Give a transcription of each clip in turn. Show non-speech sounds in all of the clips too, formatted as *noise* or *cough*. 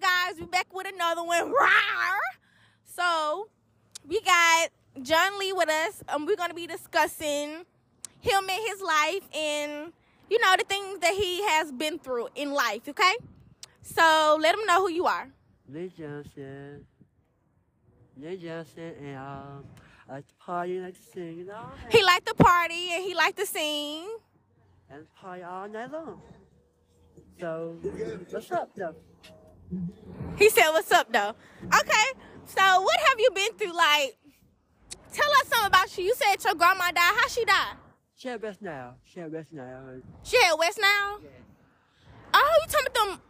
guys, we back with another one. Rawr! So we got John Lee with us. Um, we're gonna be discussing him and his life, and you know the things that he has been through in life. Okay, so let him know who you are. Lee Johnson. Lee Johnson and um I like to party like to sing and all that. He liked to party and he liked to sing. and party all night long. So what's up though? He said, "What's up, though?" Okay, so what have you been through? Like, tell us something about you. You said your grandma died. How she died? She at rest now. She at rest now. She at West now. Yeah, Oh, you talking about them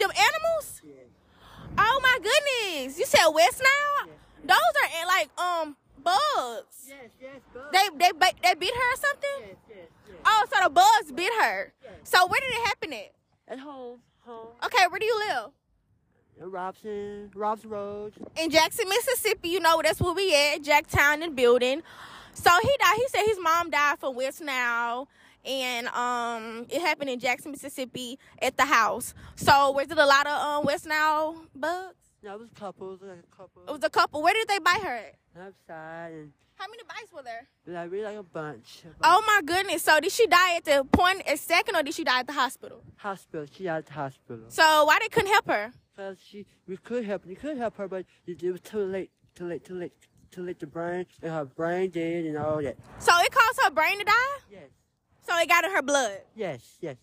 them animals? yeah. Oh my goodness! You said West now. Those are eh, like um bugs. Yes, yes, bud. They they ba- they bit her or something. yes, yes, yes. Oh, so the bugs bit her. Yeah. So where did it happen at? At home, home. Okay, where do you live? In Robson, Robson Road. in Jackson, Mississippi. You know that's where we at, Jacktown and building. So he died. He said his mom died from West Nile, and um, it happened in Jackson, Mississippi, at the house. So was it a lot of um West Nile bugs? No, it was couples, like a couple. It was a couple. Where did they bite her? at? outside and How many bites were there? like really like a bunch. a bunch. Oh my goodness! So did she die at the point at second, or did she die at the hospital? uh, Hospital. She at the hospital. So why they couldn't help her? Cause she, we could help, we could help her, but it, it was too late, too late, too late, too late. The brain and her brain dead and all that. So it caused her brain to die. Yes, So it got in her blood. yes, yes.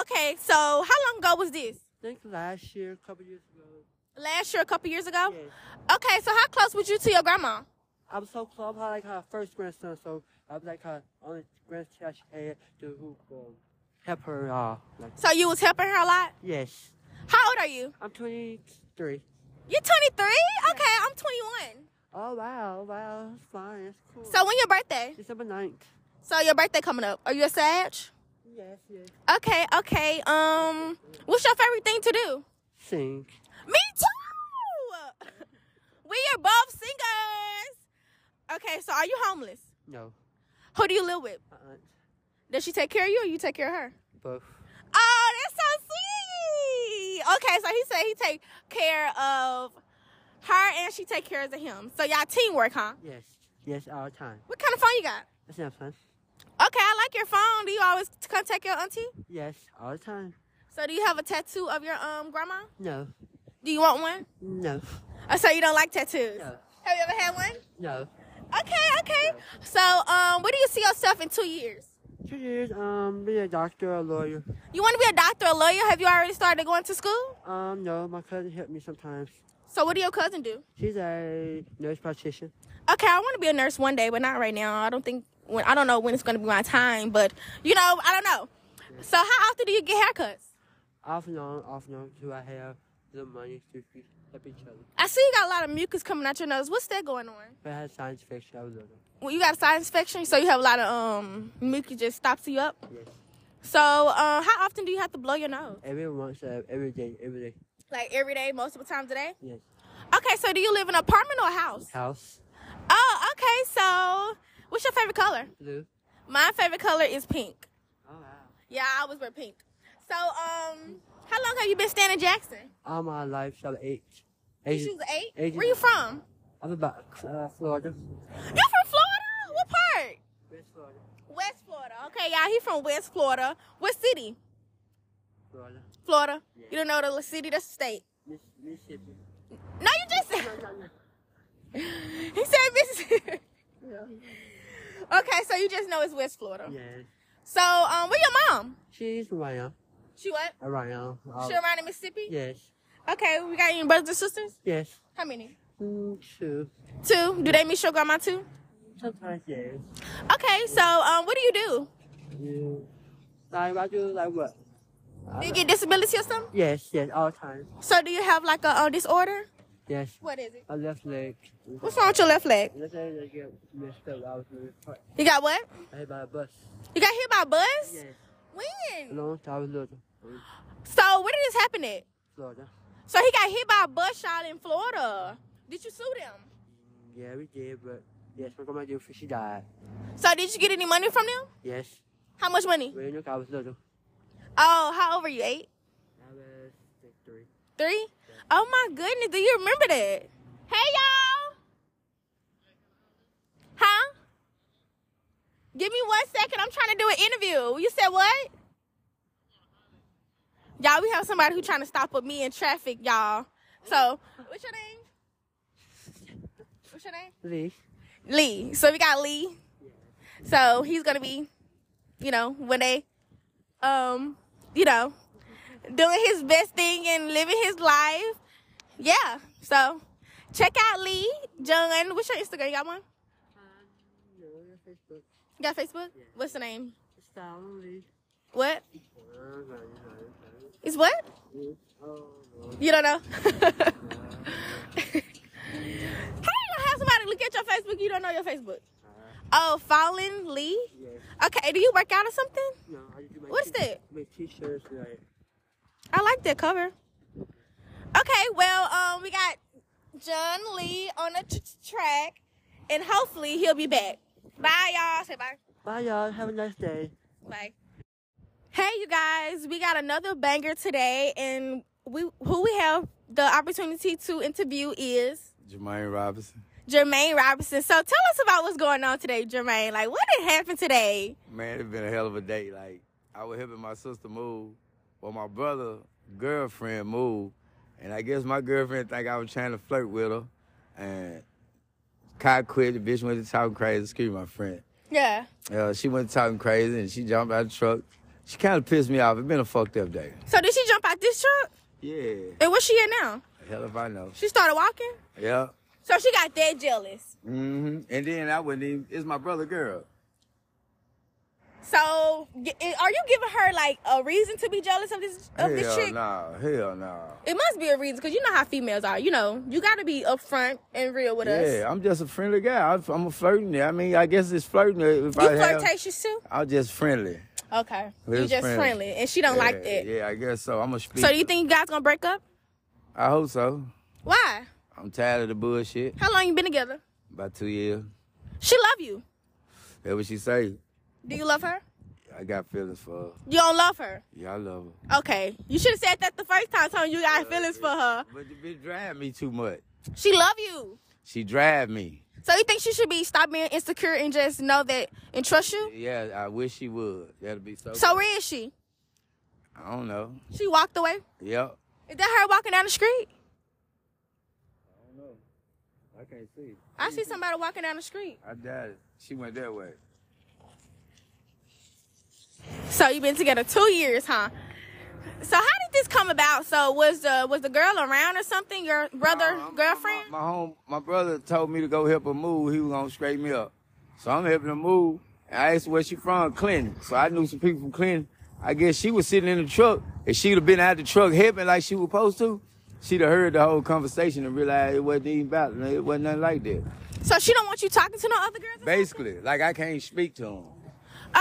Okay. So how long ago was this? I think last year, a couple years ago. Last year, a couple years ago. Yes. Okay, so how close was you to your grandma? I was so close. I'm like her first grandson, so I was like her only grandson she had to who um, help her. Uh, like So you was helping her a lot? yes, How old are you? I'm 23. You're 23? Okay, I'm 21. Oh wow, wow, that's fine, that's cool. So when your birthday? December 9th. So your birthday coming up. Are you a Sag? Yes, yes. Okay, okay. Um, what's your favorite thing to do? Sing. Me too! *laughs* We are both singers! Okay, so are you homeless? No, Who do you live with? my aunt. Does she take care of you or you take care of her? Uh-uh. Both. Oh, that's so sweet. Okay, so he said he take care of her and she take care of him. So y'all teamwork, huh? Yes, yes, all the time. What kind of phone you got? That's not fun. Okay, I like your phone. Do you always contact your auntie? Yes, all the time. So do you have a tattoo of your um grandma? No, Do you want one? no, Oh, so you don't like tattoos? no, Have you ever had one? no. Okay, okay. So um, where do you see yourself in two years? Two years, um, be a doctor, a lawyer. You want to be a doctor, a lawyer? Have you already started going to school? Um, no, my cousin helped me sometimes. So what do your cousin do? She's a nurse practitioner. okay, I want to be a nurse one day, but not right now. I don't think when I don't know when it's gonna be my time, but you know, I don't know. So how often do you get haircuts? Off and on, off and on, do I have the money to feed- help each other? I see you got a lot of mucus coming out your nose. What's that going on? But I had science fiction, I was little. Well, you got a sinus infection, so you have a lot of um mucus just stops you up. Yes. So uh, how often do you have to blow your nose? Every once, uh, every day, every day. Like every day, multiple times a day. Yes. Okay, so do you live in an apartment or a house? House, Oh, okay. So what's your favorite color? blue. My favorite color is pink. Oh, wow. Yeah, I always wear pink. So um, how long have you been staying in Jackson? All my life, so I'm eight. You Eight. choose eight? Asian. Where you from? I'm about uh, Florida. You're from Florida? What part? Where's Florida? West Florida. Okay, y'all, he from West Florida. What city? Florida. Florida. Yeah. You don't know the li- city, that's the state. Miss, Mississippi. No, you just *laughs* He said Mississippi. *laughs* Okay, so you just know it's West Florida. Yes. So, um, where your mom? She's around, She what? around. Uh, She around in Mississippi? Yes. Okay, we got any brothers and sisters? Yes. How many? Mm, true. Two. Do they meet your grandma too? Sometimes yes. Okay, so um, what do you do? You like I do like what? I Do you like- get disability or something? yes, yes, all the time. So do you have like a uh, disorder? Yes. What is it? My left leg. What's wrong with your left leg? Left leg I get messed up. I was really hurt. You got what? I hit by a bus. You got hit by a bus? Yes. When? Long time I was little. In So where did this happen at? Florida. So he got hit by a bus shot in Florida. Did you sue them? Yeah, we did, but yes, my grandma did. She died. So did you get any money from them? Yes. How much money? When you look, I was little. Oh, how old were you? Eight? I was like, three. Three? Oh my my goodness, do you remember that? Hey y'all. Huh? Give me one second. I'm trying to do an interview. You said what? Y'all, we have somebody who trying to stop with me in traffic, y'all. So, what's your name? What's your name? Lee. Lee. So we got Lee. So he's gonna be, you know, when they, um, you know, doing his best thing and living his life. Yeah. So check out Lee John. What's your Instagram? You got one? Uh, No, your Facebook. You got Facebook? What's the name? Style Lee. What? It's what? You don't know. *laughs* How you gonna have somebody look at your Facebook? You don't know your Facebook. Oh, Fallen Lee. Yes. Okay. Do you work out or something? No, I do my What's t- that? My t-shirts like I like that cover. Okay, well, um, we got John Lee on the tr- track, and hopefully he'll be back. Bye, y'all. Say bye. Bye y'all, have a nice day. Bye. Hey, you guys, we got another banger today, and we who we have the opportunity to interview is Jermaine Robinson. Jermaine Robinson. So tell us about what's going on today, Jermaine. Like, what did happen today? Man, it's been a hell of a day. Like I was helping my sister move, well my brother girlfriend moved, and I guess my girlfriend think I was trying to flirt with her, and Kai quit. The bitch went to talking crazy. Excuse my friend. Yeah. Uh, she went to talking crazy, and she jumped out of the truck. She kind of pissed me off. It's been a fucked up day. So did she jump out this truck? Yeah, And where's she at now? hell if I know. She started walking. Yeah. So she got dead jealous. Mm-hmm. And then I wouldn't even. It's my brother girl. So, g- are you giving her like a reason to be jealous of this of this hell Oh, chick? nah. Hell nah. It must be a reason because you know how females are. You know, you got to be upfront and real with us. Yeah, I'm just a friendly guy. I'm, I'm a flirting. I mean, I guess it's flirting. If I You have- flirtatious too? I'm just friendly. Okay, We're you just friendly. friendly. and she don't yeah, like that. Yeah, I guess so. I'm a speak. So, do you think you guys gonna break up? I hope so. Why? I'm tired of the bullshit. How long you been together? About two years. She love you. That's what she say. Do you love her? I got feelings for her. You don't love her. Yeah, I love her. Okay, you should have said that the first time. Telling you got feelings for her. But the bitch drive me too much. She love you. She drive me. So you think she should be stop being insecure and just know that and trust you? Yeah, I wish she would. That'd be so. So good. where is she? I don't know. She walked away. Yep. Is that her walking down the street? I don't know. I can't see. I Mm-hmm. see somebody walking down the street. I doubt it. She went that way. So you've been together two years, huh? So how did this come about? So was the was the girl around or something? Your brother, Uh, my- girlfriend? My, my home, my brother told me to go help her move. He was gonna straighten me up, so I'm helping her move. And I asked where she from, Clinton. So I knew some people from Clinton. I guess she was sitting in the truck. If she'd have been out the truck helping like she was supposed to, she'd have heard the whole conversation and realized it wasn't even about it. It wasn't nothing like that. so she don't want you talking to no other girls? or Basically, like I can't speak to him. something?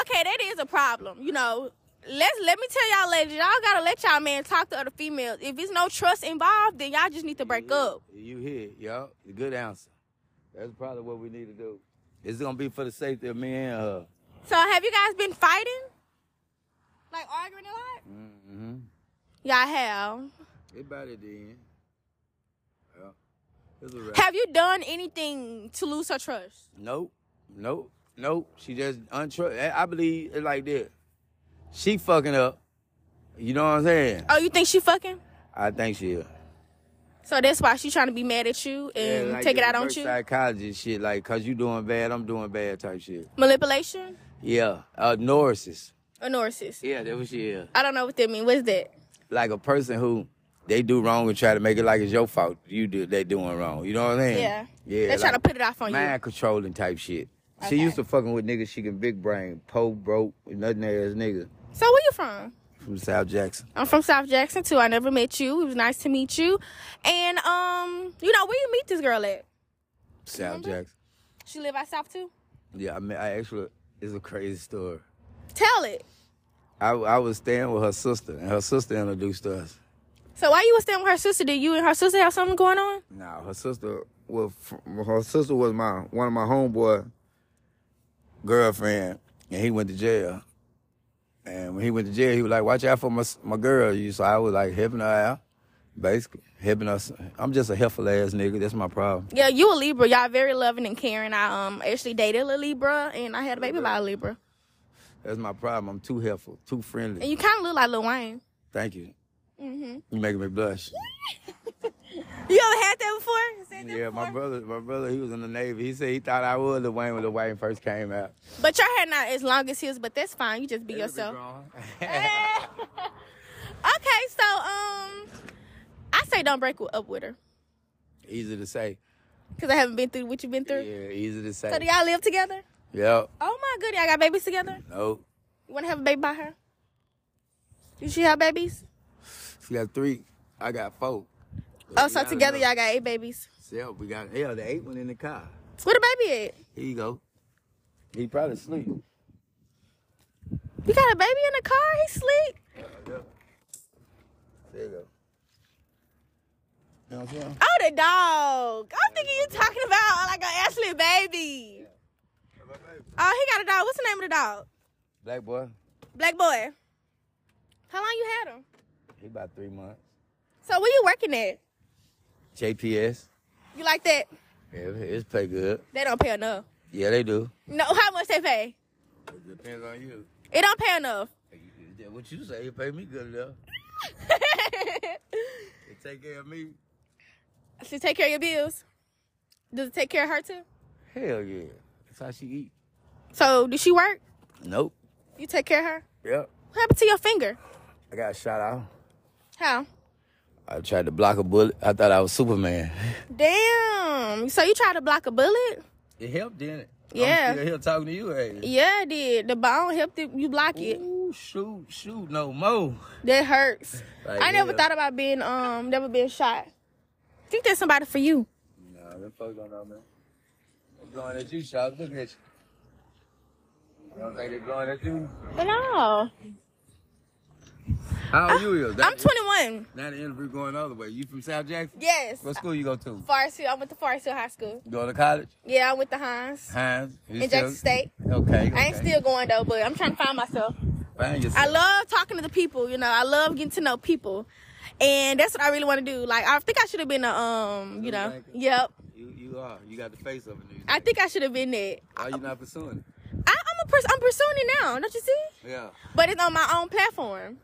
Okay, that is a problem. You know, let's let me tell y'all ladies, y'all gotta let y'all man talk to other females. If there's no trust involved, then y'all just need to break up. You hit, yo. Good answer. That's probably what we need to do. It's gonna be for the safety of me and her. So have you guys been fighting? Like arguing a lot? Mm-hmm. Y'all have. It about it then. Yeah. It's a wrap. Have you done anything to lose her trust? Nope. Nope. Nope. She just untrust. I I believe it like this. She fucking up. You know what I'm saying? Oh, you think she fucking? I think she. is. So that's why she trying to be mad at you and Yeah, like take it the out on reverse you. Psychology shit, like, cause you doing bad, I'm doing bad type shit. Manipulation Yeah. Uh, narcissist. or narcissist? Yeah, that was she is. I don't know what that mean. What is that? Like a person who they do wrong and try to make it like it's your fault. You do they doing wrong. You know what I'm saying? Yeah. Yeah. They trying to like- put it off on mind you. controlling type shit. Okay. She used to fucking with niggas she can big brain, po broke, nothing ass nigga So where you from? from South Jackson. I'm from South Jackson too. I never met you. It was nice to meet you. And um, you know where you meet this girl at? South Remember? Jackson. She live out south too. Yeah, I mean, I actually, it's a crazy story. Tell it. I, I was staying with her sister, and her sister introduced us. So while you was staying with her sister, did you and her sister have something going on? Now her sister was, fr- her sister was my one of my homeboy girlfriend, and he went to jail. And when he went to jail, he was like, "Watch out for my s- my girl." You so I was like helping her out, Basically, helping us. I'm just a helpful ass nigga. That's my problem. Yeah, you a Libra. Y'all very loving and caring. I um actually dated a Libra and I had a baby by a Libra. That's my problem. I'm too helpful, too friendly. And you kind of look like Lil Wayne. Mm-hmm. Thank you. You making me blush. You ever had that before? Said that Yeah, my before? brother, my brother, he was in the Navy. He said he thought I was the Wayne when the Wayne first came out. But your hair not as long as his, but that's fine. You just be yourself. *laughs* okay, so um, I say don't break w- up with her *laughs* easy to say. because I haven't been through what you've been Yeah, through. easy to So do say. y'all live together? Yep. Oh my goodness, y'all got babies together. Nope. You want to have a baby by her? You should have babies. She got three. I got four. Oh, so together y'all got eight babies. Yeah, we got yeah the eight one in the car. Where the baby at? Here you go. He probably sleep. You got a baby in the car? He sleep. There you go. You know what I'm saying? Oh, the dog. I'm thinking you talking about like an Ashley baby. Oh, he got a dog. What's the name of the dog? Black boy, Black boy. How long you had him? he about three months. So where you working at? JPS. You like that? Yeah, it's pay good. They don't pay enough. Yeah, they do. No, *laughs* how much they pay? It depends on you. It don't pay enough. *laughs* What you say, you pay me good enough. They take care of me. she take care of your bills. Does it take care of her too? Hell yeah. That's how she eat. So does she work? Nope. You take care of her? Yep. What happened to your finger? I got shot out. How? I tried to block a bullet. I thought I was Superman. Damn. So you tried to block a bullet? *laughs* It helped, didn't it? Yeah. I'm still here talking to you, hey. Yeah, it did. The bone helped it, you block it. Ooh, shoot, shoot, no more. That hurts. Like, I never yeah. thought about being um never being shot. Think there's somebody for you. Nah, them folks don't know, man. They're going at you, Charles. Look at you. You don't think they're going at you? No. How old you is? I'm 21. Now the interview going the other way. You from South Jackson? Yes. What school you go to? Forest Hill. I went to Forest Hill High School. You Go to college? Yeah, I went to Hines. Hines? You In still- Jackson State. Okay. I ain't okay. still going though, but I'm trying to find myself. Find yourself. I love talking to the people, you know. I love getting to know people. And that's what I really want to do. Like I think I should have been a um, you know. Moonlighter. Yep. You, you are. You got the face of it. I think I should have been that. Why you not pursuing I, I'm a pers- I'm pursuing it now, don't you see? it? Yeah. But it's on my own platform.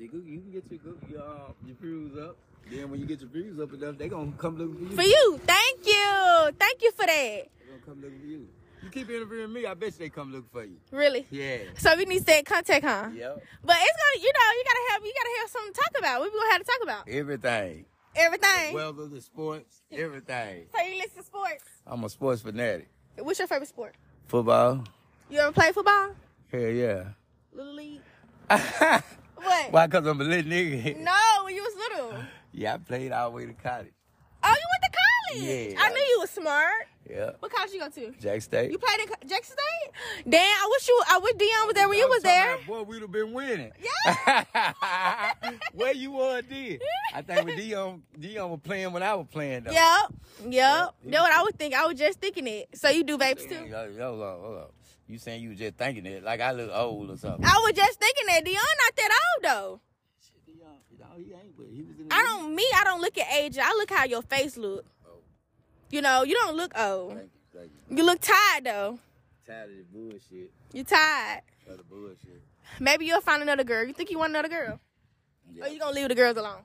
You, can- you can get your, good- your, uh, your views up. Then when you get your views up enough, they gonna come looking For for you. you. Thank you. Thank you for that. They gonna come looking for you. You keep interviewing me, I bet you they come looking for you. Really. Yeah. So we need to stay in contact, huh? Yep. But it's gonna you know, you gotta have you gotta have something to talk about. We gonna have to talk about. Everything. Everything. Weather, the sports, everything. so you listen to sports. I'm a sports fanatic. What's your favorite sport? Football? You ever play football? Hell yeah. *laughs* Little league? Why? What? Because I'm a little nigga. No, when you was little. Oh, you Yeah, I played all the way to college. went to college. Yeah. I knew you was smart. Yeah. What college you go to? Jack State. You played at Jackson State? Damn, I wish you. I wish Dion was there when you I'm was talking there. about, Boy, we'd have *laughs* been winning. Yeah. Where you were did. I think when Dion Dion was playing when I was *laughs* playing though. Yep, yep. That's what I was thinking. I was just thinking it. So you do vapes Yo, too? yo, hold on, hold on. You saying you was just thinking it like I look old or something. I was just thinking that Dion not that old though. Shit, Dion, no, he ain't, but he was in the I don't. Me, I don't look at age. I look how your face look. Oh. You know, you don't look old. Thank you, thank you. You look tired though. Tired of the bullshit. You tired. Of the bullshit. Maybe you'll find another girl. You think you want another girl? Yeah. Or Oh, you gonna leave the girls alone?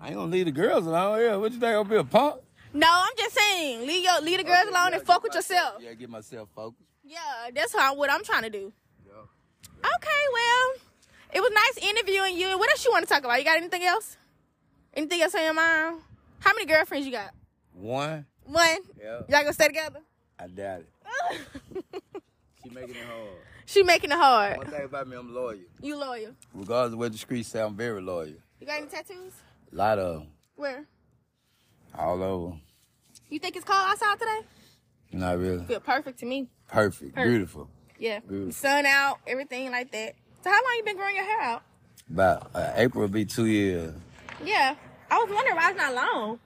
I ain't gonna leave the girls alone. Yeah, what you think I'll be a punk? No, I'm just saying, leave your leave the girls alone and fuck with yourself. Yeah, get myself focused. Yeah, that's how what I'm trying to do. Yeah. Okay, well, it was nice interviewing you. What else you want to talk about? You got anything else? Anything else on your mind? How many girlfriends you got? One. One. Yeah. Y'all gonna stay together? *laughs* I doubt it. She making it hard. she making it One hard. thing about me, I'm loyal. You loyal. Regardless of what the streets say, I'm very loyal. You got any tattoos? A lot of 'em. Where? all over. You think it's cold outside today? Not really. Feel perfect to me. Perfect, Perfect. beautiful. Yeah. Beautiful. Sun out, everything like that. So how long you been growing your hair out? About uh, April will be two years. Yeah. I was wondering why it's not long.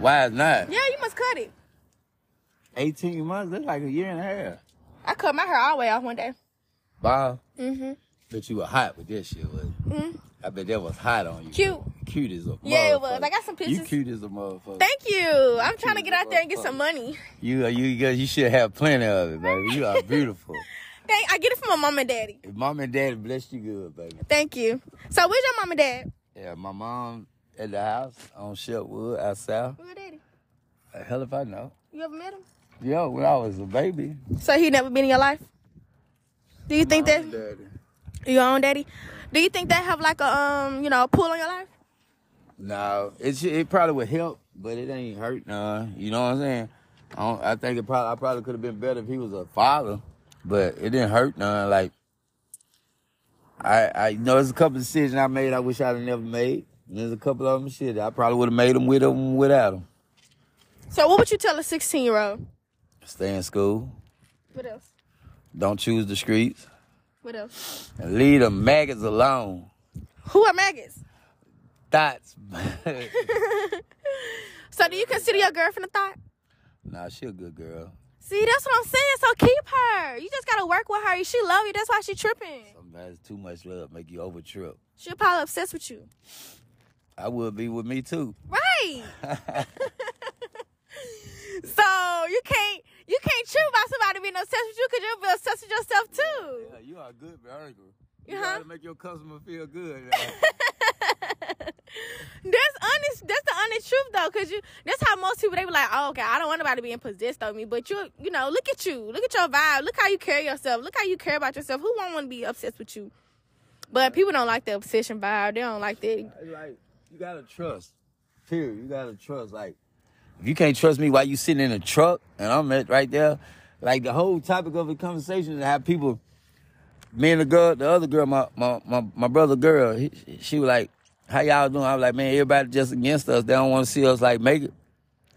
Why it's not? Yeah, you must cut it. 18 months, that's like a year and a half. I cut my hair all the way off one day. Bob, Mm-hmm. bet you were hot with this shit, was Mm. I bet that was hot on you. Cute. cute as a Yeah, it was. motherfucker. I got some You pictures. cute as a motherfucker. Thank you. I'm trying to get out there and get some money. you, you, good. you should have plenty of it, baby. *laughs* You are beautiful. Thank, I get it from my mom and daddy. if mom and daddy bless you good, baby. Thank you. So where's your mom and dad? Yeah, my mom at the house on Shepwood out south. Where's daddy? The hell if I know. You ever met him? Yo, when I was a baby. So he never been in your life? Do you think my that own daddy. your own daddy? Do you think that have like a um you know a pull on your life? No, it should, it probably would help, but it ain't hurt none. You know what I'm saying? I, don't, I think it probably I probably could have been better if he was a father, but it didn't hurt none. Like I I you know there's a couple decisions I made I wish I'd have never made. And there's a couple of them shit I probably would have made them with them and without them. So what would you tell a 16 year old? Stay in school. What else? Don't choose the streets. What else? And leave the maggots alone. Who are maggots? *laughs* Thoughts. *laughs* So do you consider your girlfriend a thought? nah, she a good girl. See, that's what I'm saying. So keep her. You just gotta work with her. She love you. That's why she tripping. Sometimes too much love make you over trip. She'll probably obsessed with you. I would be with me too. Right. *laughs* so you can't you can't trip about somebody being obsessed with you because you'll be obsessed with yourself too. Yeah, you are good, Veronica. You Uh-huh. gotta make your customer feel good. That's honest. That's the honest truth though, because you. That's how most people they be like, oh, okay, I don't want nobody being possessed of me, but you, you know, look at you, look at your vibe, look how you carry yourself, look how you care about yourself. Who won't want to be obsessed with you? But people don't like the obsession vibe. They don't like that. like you gotta trust. Period. You gotta trust. Like if you can't trust me while you sitting in a truck and I'm at right there, like the whole topic of the conversation is how people. Me and the girl, the other girl, my my my, my brother girl, he, she was like, "How y'all doing?" I was like, "Man, everybody just against us. They don't want to see us like make it.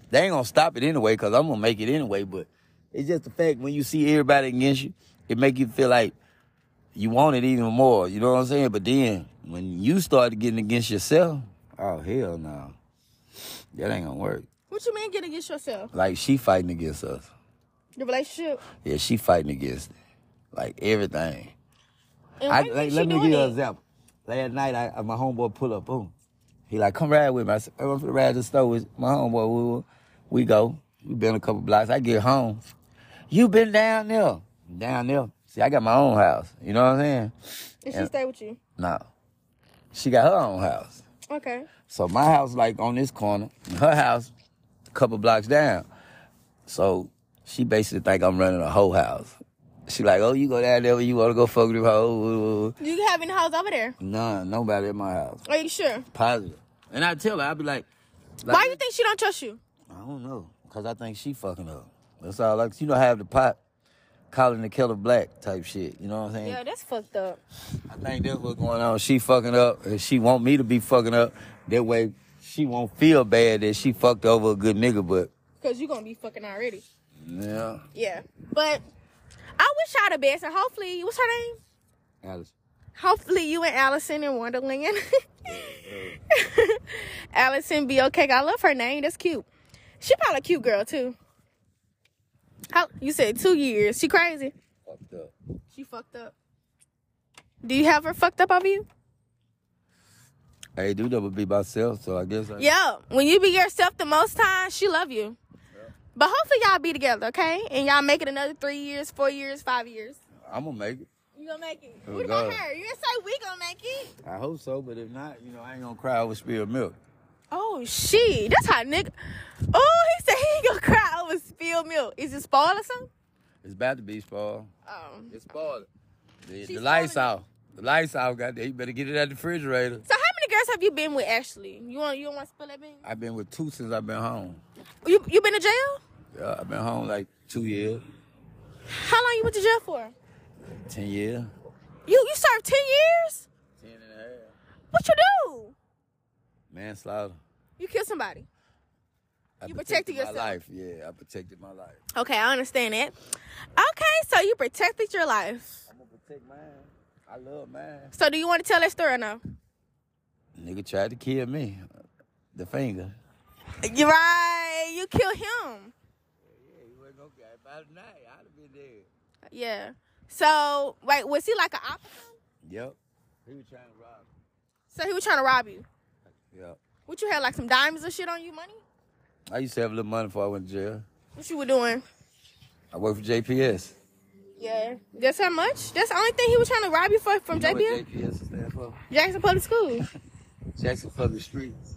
They ain't gonna stop it anyway, cause I'm gonna make it anyway. But it's just the fact when you see everybody against you, it make you feel like you want it even more. You know what I'm saying? But then when you started getting against yourself, oh hell no, that ain't gonna work. What you mean get against yourself? Like she fighting against us. The relationship. Yeah, she fighting against it. Like everything. And I, why you like, think let she me doing give you that? an example. Last night, I, I- my homeboy pull up, boom. He like, come ride with me. I said, I'm finna ride to the store with my homeboy. We, we go. We been a couple blocks. I get home. You been down there. Down there. See, I got my own house. You know what I'm saying? And she Yeah. stay with you. No. She got her own house. Okay. So my house like on this corner, *laughs* and her house a couple blocks down. So she basically think I'm running a whole house. She like, oh, you go down there, you want to go fuck with hoe. You have any hoes over there? Nah, nobody at my house. Are you sure? Positive. And I tell her, I be like, like Why you think she don't trust you? I don't know, cause I think she fucking up. That's all. Like you know, have the pot calling the kettle black type shit. You know what I'm saying? Yeah, that's fucked up. I think that's what's going on. She fucking up, and she want me to be fucking up. That way, she won't feel bad that she fucked over a good nigga. But Cause you gonna be fucking already. yeah, Yeah. But I wish y'all the best, and hopefully, what's her name? Alice. Hopefully, you and Allison in Wonderland. *laughs* Allison be okay. I love her name. That's cute. She probably a cute girl too. How you said two years? She crazy. Fucked up. She fucked up. Do you have her fucked up over you? I ain't do double be myself, so I guess. I, Yeah. When you be yourself the most time, she love you. But hopefully y'all be together, okay? And y'all make it another three years, four years, five years. I'm gonna make it. You gonna make it? Oh, what about God. her? You didn't say we gonna make it? I hope so, but if not, you know, I ain't gonna cry over spilled milk. Oh shit, that's how nigga. Oh, he said he ain't gonna cry over spilled milk. Is it spoiled or something? It's about to be spoiled. Um. It's spoiled. The, She's the lights out. The lights out. Got there. You better get it out the refrigerator. So how many girls have you been with actually? You want you don't want to spill that bean? I've been with two since I've been home. You you been to jail? Yeah, I've been home like two years, How long you went to jail for? ten years. You you served ten years? Ten and a half. What you do? Manslaughter. You kill somebody. I You protected My yourself. life, yeah, I protected my life. Okay, I understand that. Okay, so you protected your life. I'm gonna protect mine. I love mine. So do you want to tell that story or no? Nigga tried to kill me. The finger. You're right. You killed him. Yeah, he wasn't gonna get by the night. I'd have been dead. Yeah. So wait, was he like an officer? Yep. He was trying to rob So he was trying to rob you. me. Yeah. What you had like some diamonds or shit on you, money? I used to have a little money before I went to jail. What you were doing? I worked for JPS. Yeah. That's how much? That's the only thing he was trying to rob you for from You know what JPL? JPS stands for? Jackson Public School. Jackson Public Streets.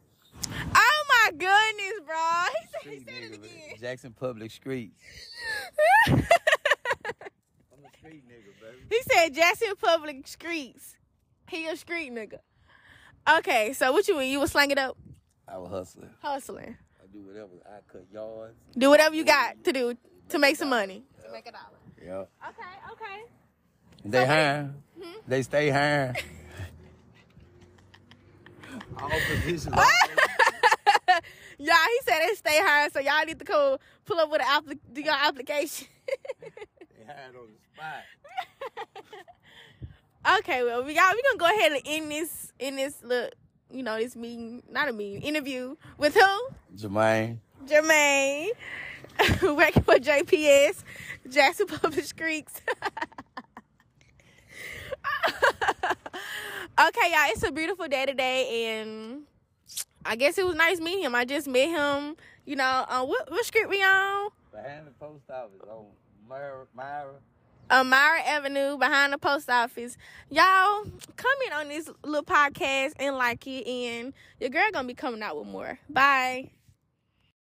*laughs* oh my goodness, bro. He said, he said it again. Jackson Public Streets. I'm a street nigga, baby. *laughs* he said Jackson Public Streets. He a street nigga. Okay, so what you you was slanging up? I was hustling. Hustling. I do whatever. I cut yards. Do whatever you got to do to make some money. To make a dollar. Yeah. Okay, okay. They hiring. They stay hiring. *laughs* All positions. all- Ah! *laughs* Y'all, he said they stay hired, so y'all need to go pull up with an appli- do your application. *laughs* They hired on the spot. okay, well, we got we gonna go ahead and end this in this look, you know, this meeting, not a meeting, interview with who? Jermaine. Jermaine, *laughs* working for JPS, Jackson Public Creeks. *laughs* okay, y'all, it's a beautiful day today, and I guess it was nice meeting him. I just met him, you know, uh, what what script we on? Behind the post office on Myra. Myra. Amara Avenue behind the post office. Y'all comment on this little podcast and like it, and your girl gonna be coming out with more. Bye.